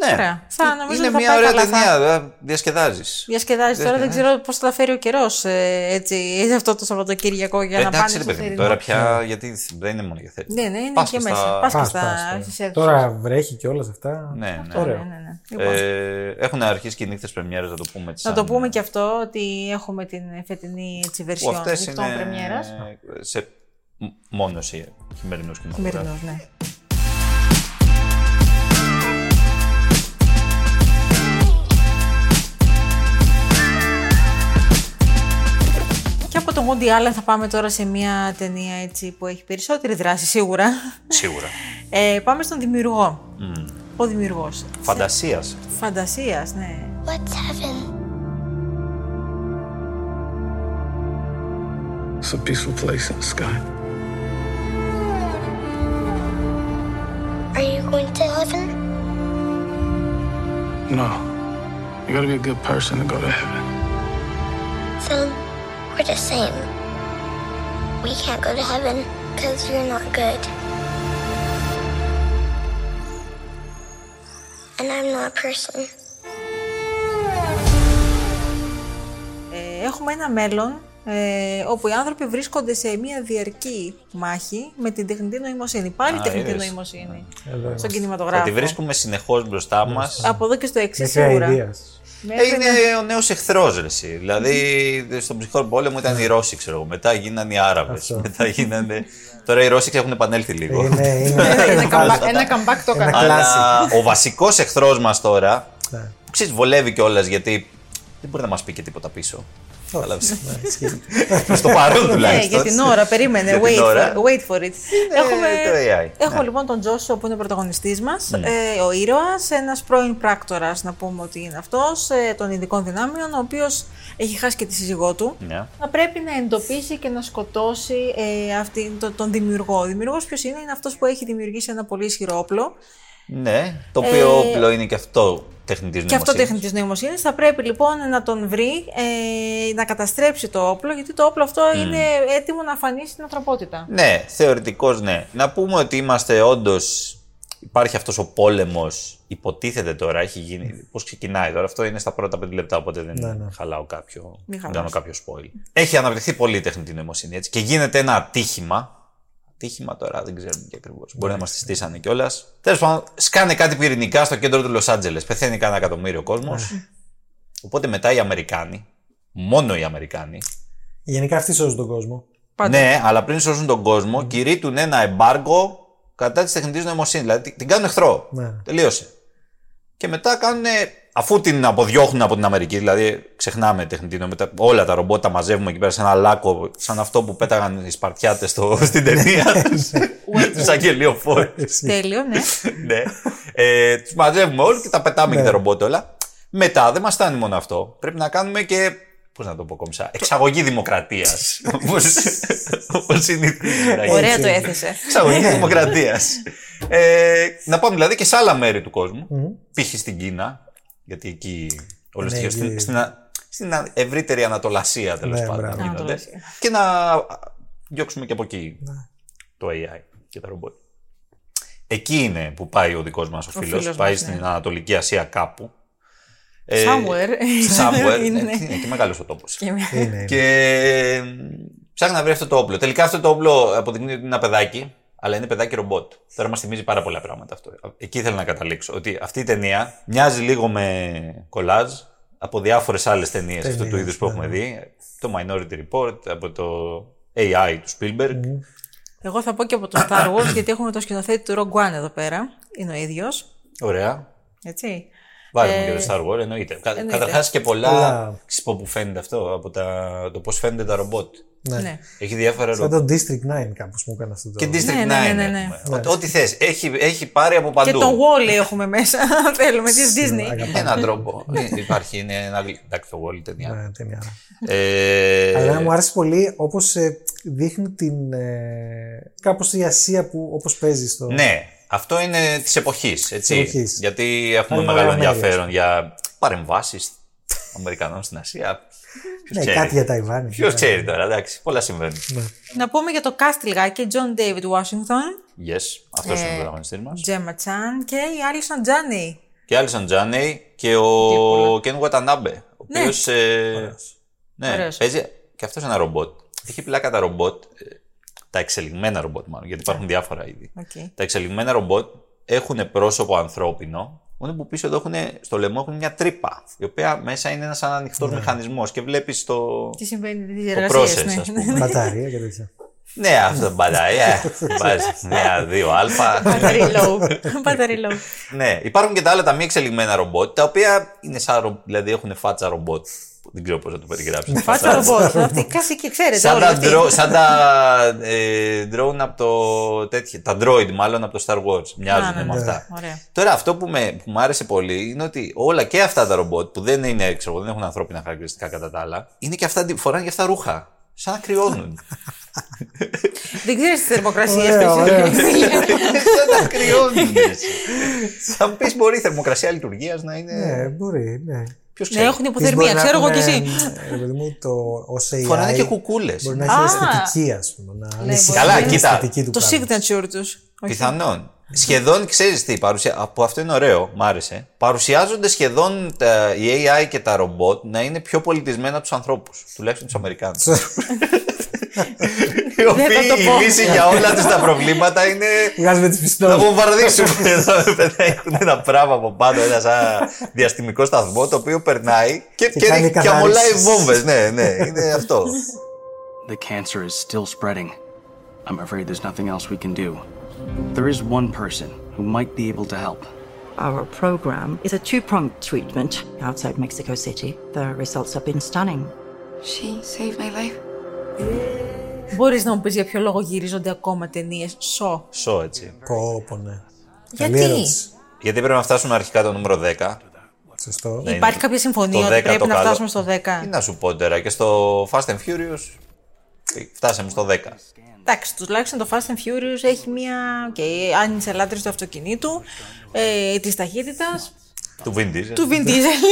Ναι,
Ωραία. Θα- νομίζω
είναι
θα
μια
πάει
ωραία
καλά, θα-
ταινία. δηλαδή, Διασκεδάζεις.
Διασκεδάζεις τώρα, δεν ξέρω πώς θα τα φέρει ο καιρός έτσι, έτσι αυτό το Σαββατοκύριακο για να
Ε, Εντάξει,
πάνε.
ρε
στο
παιδί μου,
θερινό.
τώρα πια. Γιατί δεν είναι μόνο για θέση.
Ναι, ναι, είναι
Πάσχα
και
στα-
μέσα. Πάσχα
Πας,
στα-
πας,
στις
τώρα.
αίθουσες.
Τώρα βρέχει και όλα αυτά.
Ναι, ναι.
Ωραίο.
Ναι, ναι, ναι. Λοιπόν,
Ε, έχουν αρχίσει και οι νύχτες πρεμιέρας, να το πούμε.
να το πούμε και αυτό ότι έχουμε την φετινή έτσι, version
αυτέ
των πρεμιέρας.
Σε... μ- Μόνος σε χειμερινού κοινοβουλευτέ.
Χειμερινός, ναι. Και από το Woody Allen θα πάμε τώρα σε μια ταινία έτσι, που έχει περισσότερη δράση σίγουρα.
Σίγουρα.
Ε, πάμε στον δημιουργό. Ο δημιουργός.
Φαντασίας.
Φαντασίας, ναι.
What's heaven?
It's a peaceful place in the sky.
Are you going to heaven?
No. You gotta be a good person to go to heaven.
Then we're the same. We can't go to heaven because you're not good. And I'm not a person.
Ε, έχουμε ένα μέλλον ε, όπου οι άνθρωποι βρίσκονται σε μια διαρκή μάχη με την τεχνητή νοημοσύνη. Πάλι
Α,
τεχνητή
είδες. Ναι.
νοημοσύνη
Εδώ είμαστε.
στον
Θα
κινηματογράφο.
τη βρίσκουμε συνεχώς μπροστά μας.
Από εδώ και στο εξής
Μέχρι
σίγουρα.
αηδίας.
Μέχρι να-
Ε, Είναι ο νέος εχθρός, Ρεσί. Δηλαδή, στον ψυχρό πόλεμο ήταν οι Ρώσοι, ξέρω εγώ. Μετά γίνανε οι Άραβες.
Αυτό.
Μετά γίνανε. Τώρα οι Ρώσοι έχουν επανέλθει λίγο.
Είναι,
Ένα,
είναι.
καμπα- ένα comeback το
Ένα
κάνουμε.
Αλλά ο βασικός εχθρός μας τώρα
Ναι.
Ξέρεις, βολεύει κιόλας γιατί δεν μπορεί να μας πει και τίποτα πίσω. Κατάλαβε.
Ναι,
Προς το παρόν
Ναι,
τουλάχιστον.
για την ώρα, περίμενε.
Για την
Wait
ώρα.
for, wait for it. Έχουμε,
το AI,
έχω
ναι.
λοιπόν τον Τζόσο που είναι ο πρωταγωνιστής μας, ε, ο ήρωας, ένας πρώην πράκτορας να πούμε ότι είναι αυτός, ε, των ειδικών δυνάμεων, ο οποίος έχει χάσει και τη σύζυγό του.
Ναι.
Θα πρέπει να εντοπίσει και να σκοτώσει ε, αυτή, το- τον δημιουργό. Ο δημιουργός ποιος είναι, είναι αυτός που έχει δημιουργήσει ένα πολύ ισχυρό όπλο.
Ναι, το οποίο
Ε,
όπλο είναι και αυτό τεχνητής
Και αυτό τέχνη τη νοημοσύνης. Θα πρέπει λοιπόν να τον βρει, ε, να καταστρέψει το όπλο, γιατί το όπλο αυτό είναι έτοιμο να φανεί στην ανθρωπότητα.
Ναι, θεωρητικώ ναι. Να πούμε ότι είμαστε όντως. Υπάρχει αυτός ο πόλεμος, υποτίθεται τώρα, έχει γίνει. Πώς ξεκινάει τώρα, αυτό είναι στα πρώτα πέντε λεπτά, οπότε δεν
Ναι, ναι.
χαλάω κάποιο.
Μη
Δεν
χαλάς.
κάνω κάποιο spoil. Έχει αναπτυχθεί πολύ η τεχνητή νοημοσύνη έτσι, και γίνεται ένα ατύχημα. Ατύχημα τώρα, δεν ξέρουμε και ακριβώ.
Ναι.
Μπορεί να μας τη στήσανε κιόλας. Τέλος πάντων, σκάνε κάτι πυρηνικά στο κέντρο του Λος Άντζελες. Πεθαίνει κανένα εκατομμύριο κόσμος.
Ναι.
Οπότε μετά οι Αμερικάνοι, μόνο οι Αμερικάνοι,
Γενικά αυτοί σώζουν τον κόσμο.
Πάντα.
ναι, αλλά πριν σώσουν τον κόσμο, κηρύττουν ένα εμπάργκο κατά της τεχνητής νοημοσύνης. Δηλαδή την κάνουν εχθρό.
Ναι.
Τελείωσε. Και μετά κάνουν. Αφού την αποδιώχνουν από την Αμερική, δηλαδή ξεχνάμε τεχνητή νοημοσύνη, όλα τα ρομπότα μαζεύουμε εκεί πέρα σε ένα λάκκο, σαν αυτό που πέταγαν οι Σπαρτιάτες στο, στην ταινία του. Σαν γελιοφόρου.
Τέλειο, ναι.
ναι. Ε, τους μαζεύουμε όλου και τα πετάμε και τα ρομπότ όλα. Μετά δεν μας φτάνει μόνο αυτό. Πρέπει να κάνουμε και. Πώς να το πω κομψά. Εξαγωγή δημοκρατίας. Όπω συνηθίζει να
Ωραία
γίνει.
το έθεσε.
Εξαγωγή δημοκρατίας. Ε, να πάμε δηλαδή και σε άλλα μέρη του κόσμου. Π.χ. στην Κίνα. Γιατί εκεί όλο
Ναι,
στοιχείο. Στην,
εκεί.
στην, α- στην α- ευρύτερη Ανατολασία τέλος
Ναι,
πάντων.
μπράβο.
γίνονται.
Ανατολασία.
Και να διώξουμε και από εκεί
Ναι.
το AI και τα ρομπότ. Εκεί είναι που πάει ο δικός μας ο φίλος.
φίλος
Πάει
μας,
στην
ναι.
Ανατολική Ασία κάπου. Ε,
Somewhere.
Somewhere. ε,
Είναι.
είναι και μεγάλος ο τόπος.
Και με-
Είναι, είναι.
Και μ, ψάχνει να βρει αυτό το όπλο. Τελικά αυτό το όπλο αποδεικνύει ότι είναι ένα παιδάκι, αλλά είναι παιδάκι ρομπότ. Τώρα μας θυμίζει πάρα πολλά πράγματα αυτό. Εκεί ήθελα να καταλήξω. Ότι αυτή η ταινία μοιάζει λίγο με κολάζ από διάφορες άλλες ταινίες αυτού του
Ταινίες,
είδους που
ναι.
έχουμε δει. Το Minority Report, από το AI του Spielberg.
Εγώ θα πω και από το Star Wars, γιατί έχουμε το σκηνοθέτη του Rogue One εδώ πέρα. Είναι ο ίδιος.
Ωραία.
Έτσι.
Βάλουμε και το Star Wars, εννοείται. Κα,
εννοείται.
Καταρχάς και πολλά.
Ε, Πολλά.
Ξέρεις από πού φαίνεται αυτό, από τα, το πώς φαίνονται τα ρομπότ.
Ναι.
Ναι.
Έχει διάφορα
Σαν
ρομπότ.
το District 9 κάπως μου έκανε αυτό το.
Και District 9.
Ναι, ναι, ναι, ναι.
έχουμε. Ό- Ό,τι θες. Έχει, έχει πάρει από
Και
παντού.
τον Wally έχουμε μέσα. αν Θέλουμε της Disney.
Αγαπάμε.
Έναν τρόπο. Ε, Υπάρχει, είναι ένα γλυ- Εντάξει, το Wall ταινία.
Ναι, ταινία.
Ε,
Αλλά μου άρεσε πολύ όπως δείχνει την. Ε, κάπως η Ασία που όπως παίζει στο.
Ναι, αυτό είναι της εποχής.
εποχής.
Γιατί έχουμε
Άλλη
μεγάλο
ωραία μέρη,
ενδιαφέρον για παρεμβάσεις Αμερικανών στην Ασία. Ποιο
Ναι, κάτι για Ταϊβάνι.
Ποιος ξέρει τώρα, εντάξει, πολλά συμβαίνουν.
Να πούμε για το cast λιγάκι. John David Washington,
Yes, αυτός είναι ο πρωταγωνιστής μας.
Gemma Chan και η Alison Janney.
Και Άλισαν Τζάνεϊ και ο Κέν Γουατανάμπε. Ο
Ναι.
οποίος, ε, ναι,
Ωραίος.
παίζει και αυτός ένα ρομπότ. Έχει πλάκα τα ρομπότ, ε, τα εξελιγμένα ρομπότ μάλλον, γιατί υπάρχουν διάφορα είδη.
Οκ.
Τα εξελιγμένα ρομπότ έχουν πρόσωπο ανθρώπινο, μόνο που πίσω εδώ έχουν, στο λαιμό έχουν μια τρύπα, η οποία μέσα είναι ένας ανοιχτός μηχανισμός και βλέπεις το.
Τι συμβαίνει, τις
Το
εργασίες.
process,
Ναι.
ας πούμε.
Μπαταρία και τέτοια.
ναι, αυτό μπαταρί. Βάζεις μια, δύο αλφα.
Battery low. Battery low.
Ναι, υπάρχουν και τα άλλα τα μη εξελιγμένα ρομπότ, τα οποία είναι σαν ρομπότ, δηλαδή έχουν φάτσα ρομπότ. Δεν ξέρω πώς να το περιγράψω.
Ναι, Φάτσα ρομπότ. Αυτή η κλασική, ξέρετε.
Σαν
όλοι
τα,
αυτοί.
ντρο, σαν τα ε, drone από το τέτοιο, τα droid μάλλον από το Star Wars, μοιάζουν
ναι,
με
ναι.
αυτά.
Ωραία.
Τώρα αυτό που, με, που μου άρεσε πολύ είναι ότι όλα και αυτά τα ρομπότ που δεν, είναι, ξέρω, δεν έχουν ανθρώπινα χαρακτηριστικά κατά τα άλλα, είναι και αυτά, φοράνε και αυτά ρούχα. Σαν να κρυώνουν.
Δεν ξέρεις τι θερμοκρασίε
Ωραία, ωραία.
Ναι,
σαν να κρυώνουν. εσύ. Θα μου πεις μπορεί η θερμοκρασία λειτουργίας να είναι.
Ναι, μπορεί, ναι.
Ποιος
Ναι,
ξέρει.
έχουν υποθερμία, ξέρω εγώ κι εσύ.
Ρε ε, παιδί μου, το ως AI
Φοράνε και κουκούλες.
Μπορεί να έχει
Α. Ναι,
αισθητική, ας πούμε. Να ανησυχεί
Καλά,
την
κοίτα.
αισθητική του
Το
πράγματος.
signature τους.
Πιθανόν. Σχεδόν ξέρεις τι παρουσια... Από αυτό είναι ωραίο, μ' άρεσε. Παρουσιάζονται σχεδόν ε, τα, οι AI και τα ρομπότ να είναι πιο πολιτισμένα από τους ανθρώπους. Τουλάχιστον τους Αμερικάνους. Οι οποίοι
το πω.
η λύση για όλα τους τα προβλήματα είναι.
Βγάζουμε τις
Να
πιστόλες.
βομβαρδίσουμε εδώ. Έχουν ένα πράγμα από πάνω, ένα σαν διαστημικό σταθμό το οποίο περνάει και, και,
κάνει
ρίχνει- και
καθάρισης.
αμολάει βόμβες. Ναι, ναι, είναι αυτό.
The cancer is still spreading. I'm afraid there's nothing else we can do. There is one person who might be able to help.
Our program is a two pronged treatment outside Mexico City. The results have been stunning.
She saved my life.
Μπορείς να μου πεις για ποιο λόγο γυρίζονται ακόμα ταινίες. Σο.
Σο έτσι.
Κόπο, ναι.
Γιατί?
Καλή ερώτηση.
Γιατί πρέπει να φτάσουν αρχικά το νούμερο 10.
Σωστό.
Ναι,
Υπάρχει
είναι
κάποια συμφωνία
το
ότι
10
πρέπει
το
να
καλό.
φτάσουμε στο 10.
Ναι.
Τι να σου πω τώρα, και στο Fast and Furious φτάσαμε στο 10.
Εντάξει, τουλάχιστον το Fast and Furious έχει μια. Okay, αν είσαι λάτρης του αυτοκινήτου, ε, της ταχύτητας,
Του Vin Diesel.
του Vin Diesel.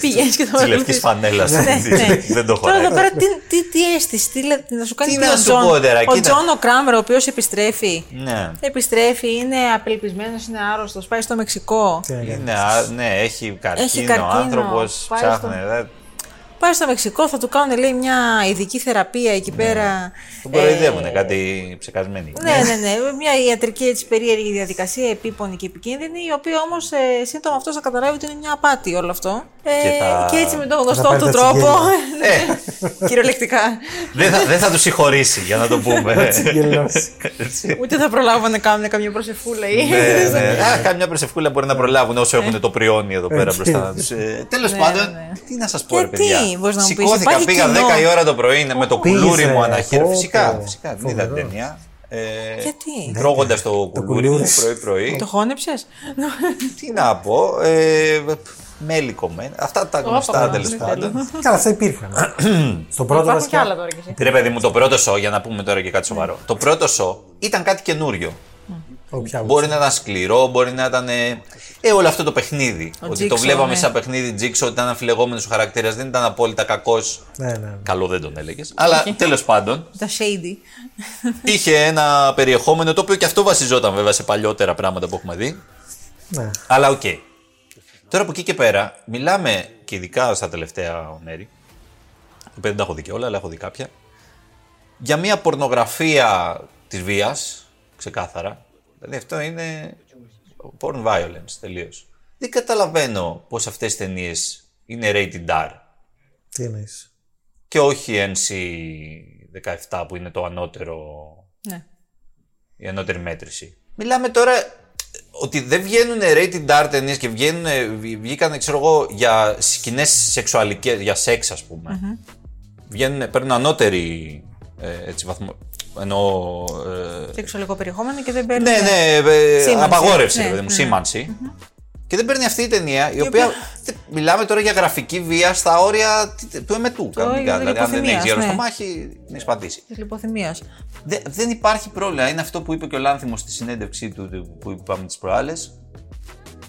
Πηγαίνει και το
Της λευκής φανέλας.
Ναι, ναι.
Δεν το
Τώρα
χωράει.
εδώ πέρα τι, τι, τι αίσθηση, τι, λε- να σου κάνει
Τι
τι
να
ο
σου
Τζον.
πω τώρα,
ο
κοίτα.
Τζον ο Κράμερ, ο οποίος επιστρέφει.
Ναι.
Επιστρέφει, είναι απελπισμένος, είναι άρρωστος, πάει στο Μεξικό.
Τι να κάνεις.
Είναι, α- ναι, έχει καρκίνο,
καρκίνο,
άνθρωπος.
πάει
Ψάχνει.
στο-
δεν-
Πάει στο Μεξικό, θα του κάνουν λέει μια ειδική θεραπεία εκεί
Ναι.
πέρα.
Τον κοροϊδεύουνε, κάτι ψεκασμένοι.
Ε. Ναι, ναι, ναι. Μια ιατρική έτσι περίεργη διαδικασία, επίπονη και επικίνδυνη, η οποία όμως ε, σύντομα αυτός θα καταλάβει ότι είναι μια απάτη όλο αυτό. Ε,
Και θα-
έτσι με τον
θα
γνωστό
πάρει
του
τα
τρόπο. ναι,
τσιγγέλια.
Ε,
Κυριολεκτικά.
δεν, θα, δεν θα τους συγχωρήσει, για να το πούμε.
τσιγγελώσει.
Έτσι.
Ούτε θα προλάβουν να κάνουν καμία προσεφούλα ή.
ναι, ναι. Α, κάμια περσευκούλα μπορεί να προλάβουν όσο έχουν το πριόνι εδώ πέρα
Έτσι.
μπροστά τους. Τέλος
Ναι,
πάντων,
ναι.
τι να σας πω,
Και
ρε παιδιά.
τι μπορείς να μου πεις,
Σηκώθηκα,
υπάρχει
πήγα
κοινό.
10 η ώρα το πρωί με το
Πήγες,
κουλούρι μου
ρε,
αναχείρι.
πω,
Φυσικά,
πω.
φυσικά. Δεν είδα την
Φοβερό.
ταινία. Ε,
Γιατί?
Τρώγοντας το κουλούρι μου
κουλούρις.
πρωί-πρωί.
Το χώνεψες.
Τι να πω. Ε, μέλι κομμένα. Αυτά τα γνωστά
Ωπα,
τέλος
δεν
πάντων.
Καλά, αυτά υπήρχαν. Στο πρώτο
Υπάρχουν κι άλλα
βασικά.
τώρα κι
Ρε
εσύ.
παιδί μου, το πρώτο σο, για να πούμε τώρα και κάτι σοβαρό. Το πρώτο σο ήταν κάτι καινούριο.
Όποια
Μπορεί να ήταν σκληρό, μπορεί να ήταν. ε, Ε, όλο αυτό το παιχνίδι. ότι το
Jigsaw,
βλέπαμε
ναι.
σαν παιχνίδι Τζίξο, ότι ήταν αμφιλεγόμενο ο χαρακτήρας, δεν ήταν απόλυτα κακός.
Ναι, ναι, ναι.
Καλό δεν τον έλεγες. Αλλά τέλος πάντων,
Τα shady.
είχε ένα περιεχόμενο το οποίο και αυτό βασιζόταν βέβαια σε παλιότερα πράγματα που έχουμε δει.
Ναι.
Αλλά οκ. Τώρα από εκεί και πέρα, μιλάμε και ειδικά στα τελευταία μέρη. το οποίο Δεν τα έχω δει και όλα, αλλά έχω δει κάποια. Για μια πορνογραφία της βίας, ξεκάθαρα. Δηλαδή αυτό είναι. Porn violence, τελείως. Δεν καταλαβαίνω πώς αυτές τι ταινίες είναι rated R
Τι εννοείς.
και όχι NC17 που είναι το ανώτερο
Ναι.
η ανώτερη μέτρηση. Μιλάμε τώρα ότι δεν βγαίνουν rated R ταινίες και βγαίνουν, βγήκαν ξέρω εγώ, για σκηνές σεξουαλικές, για σεξ ας πουμε
Mm-hmm.
Βγαίνουν, παίρνουν ανώτερη ε, έτσι, βαθμό, εννοώ, ε,
Σεξουαλικό περιεχόμενο και δεν παίρνει.
ναι, ναι, ε,
Σήμανση.
απαγόρευση,
Ναι,
ρε παιδί μου,
ναι.
σήμανση. Και δεν παίρνει αυτή η ταινία, η οποία. τε- Μιλάμε τώρα για γραφική βία στα όρια τι- του εμετού. Κανονικά.
όριο
Δηλαδή, αν δεν
λιποθυμίας,
έχει γέρο στο
ναι.
μάχη, την έχει πατήσει.
Της λιποθυμίας.
Δε- δεν υπάρχει πρόβλημα. Είναι αυτό που είπε και ο Λάνθιμος στη συνέντευξή του του- που είπαμε τις προάλλες.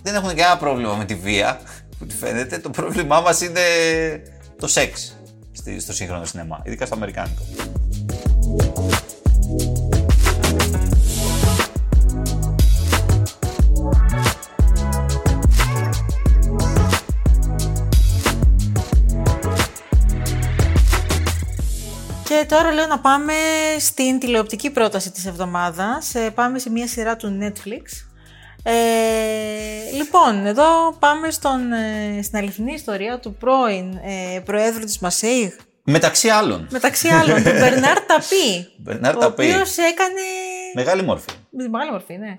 Δεν έχουν κανένα πρόβλημα με τη βία, που τη φαίνεται. Το πρόβλημά μας είναι το σεξ στη- στο σύγχρονο σινεμά, ειδικά στο αμερικάνικο.
Και τώρα λέω να πάμε στην τηλεοπτική πρόταση της εβδομάδας. Ε, πάμε σε μια σειρά του Netflix. Ε, λοιπόν, εδώ πάμε στον, ε, στην αληθινή ιστορία του πρώην ε, Προέδρου της Μασέιγ.
Μεταξύ άλλων,
Μεταξύ άλλων, τον Μπερνάρ Ταπί.
Bernard
ο
Tapie.
οποίος έκανε...
μεγάλη μόρφη.
Με τη μεγάλη μορφή, ναι.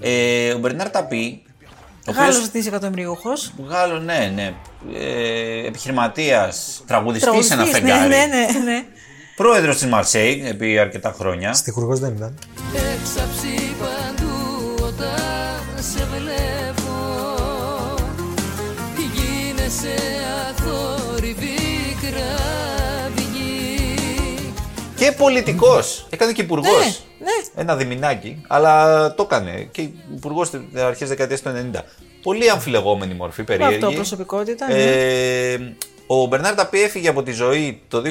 Ε, ο Μπερνάρ Ταπί, ο οποίος
Γάλλος δισεκατομμυριούχος.
Γάλλος, ναι, ναι. Ε, Επιχειρηματίας, τραγουδιστής σε ένα
Τραγουδιστής, ναι,
φεγγάρι.
ναι, ναι, ναι.
Πρόεδρος της Μαρσέη επί αρκετά χρόνια.
Στιχουργός δεν ήταν.
Έξαψη παντού όταν σε βλέπω Γίνεσαι αθόρυβη κραυγή
Και πολιτικός. Έκανε και υπουργός.
Ναι, ναι.
Ένα διμηνάκι, αλλά το έκανε. Και υπουργός αρχές δεκαετίας του 90. Πολύ αμφιλεγόμενη μορφή, περίεργη.
Αυτοπροσωπικότητα, ναι.
Ε, ο Μπερνάρ Ταπί έφυγε από τη ζωή το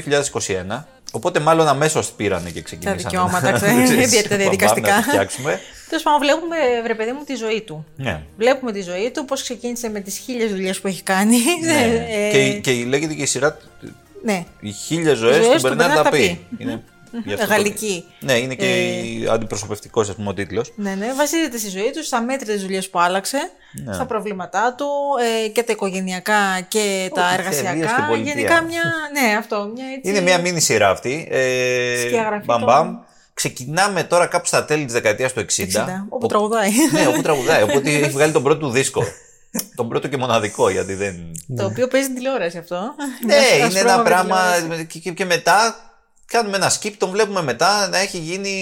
2021. Οπότε μάλλον αμέσως πήρανε και
Τα
ξεκίνησαν.
δικαιώματα,
Ξέρεις,
ξέρετε, τα
πάμε να
διαδικαστικά.
το φτιάξουμε.
Τέλος πάντων, βλέπουμε, βρε παιδί μου, τη ζωή του.
Ναι.
Βλέπουμε τη ζωή του, πώς ξεκίνησε με τις χίλιες δουλειές που έχει κάνει. Ε,
Ναι. και, και λέγεται και η σειρά
ναι.
Οι χίλιες ζωές
Ζωές
του
του
Μπερνάρ
Bernard
Ταπί.
Tapie.
Είναι γι' αυτό το-
Γαλλική.
Ναι, είναι και
Ε,
αντιπροσωπευτικός, ας πούμε, ο τίτλος.
Ναι, ναι, βασίζεται στη ζωή του, στα μέτρη της δουλειάς που άλλαξε,
Ναι.
στα προβλήματά του ε, και τα οικογενειακά και τα
Ό,τι θέλεις και
εργασιακά.
πολιτεία.
Γενικά μια. Ναι, αυτό. Μια έτσι...
Είναι μια μίνι σειρά αυτή. Ε,
Σκιαγραφή
μπαμ
των
μπαμ. Ξεκινάμε τώρα κάπου στα τέλη της δεκαετίας του 60.
60, όπου τραγουδάει.
Ναι, όπου τραγουδάει. Οπότε έχει βγάλει τον πρώτο του δίσκο. τον πρώτο και μοναδικό, γιατί δεν.
Το οποίο παίζει την τηλεόραση αυτό.
Ναι,
Μια
είναι ένα
ασπρόμαυρη
πράγμα.
τηλεόραση.
Και, και- και μετά κάνουμε ένα skip, τον βλέπουμε μετά να έχει γίνει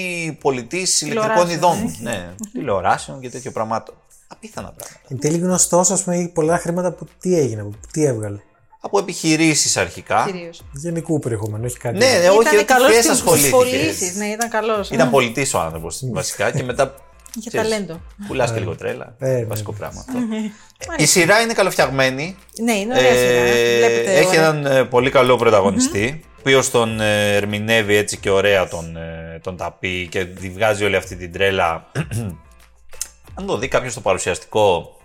πολιτής ηλεκτρικών ειδών.
Τηλεοράσεων, ε.
ναι, τηλεοράσεων και τέτοιο πραγμάτων. Απίθανα πράγματα.
Εν τέλει γνωστός, ας πούμε, έχει πολλά χρήματα που τι έγινε, που τι έβγαλε.
Από επιχειρήσεις αρχικά.
Κυρίως.
Γενικού περιεχομένου, όχι κάτι.
Ναι, ναι, όχι,
Ήτανε
όχι,
καλός
χθες
στις πωλήσεις,
ασχολήθηκε.
Ναι, ήταν καλός.
Ήταν πολιτής ο άνθρωπος βασικά και μετά.
Για
ξέρεις,
ταλέντο.
Πουλάς και λίγο τρέλα.
Ε, ναι.
Βασικό πράγμα αυτό. Η σειρά είναι καλοφτιαγμένη. Ε,
Ναι, είναι ωραία σειρά. Βλέπετε,
έχει
ωραία.
έναν ε, πολύ καλό πρωταγωνιστή, ο οποίος τον ε, ερμηνεύει έτσι και ωραία τον, ε, τον ταπεί και τη βγάζει όλη αυτή την τρέλα. Αν το δει κάποιος στο παρουσιαστικό,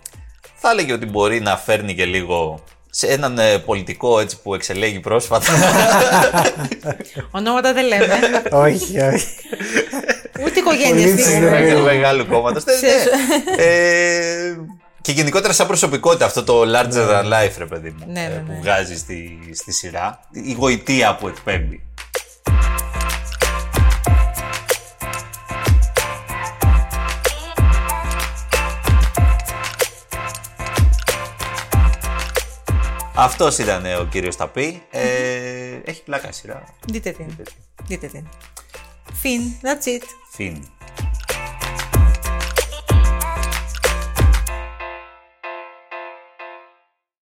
θα έλεγε ότι μπορεί να φέρνει και λίγο σε έναν ε, πολιτικό έτσι που εξελέγει πρόσφατα.
Ονόματα δεν λέμε.
όχι, όχι.
Ούτε οικογένειες
Πολύ σύντομα.
δεν
Του μεγάλου κόμματος. Ναι, Ε, Και γενικότερα σαν προσωπικότητα αυτό το larger than life, ρε παιδί μου,
Ναι,
ε,
ναι,
που
ναι.
βγάζει στη, στη σειρά. Η γοητεία που εκπέμπει. Αυτός ήταν ο κύριος Ταπή. Ε, έχει πλάκα η σειρά.
Δείτε την. Δείτε την. Φιν, that's it.
Φιν.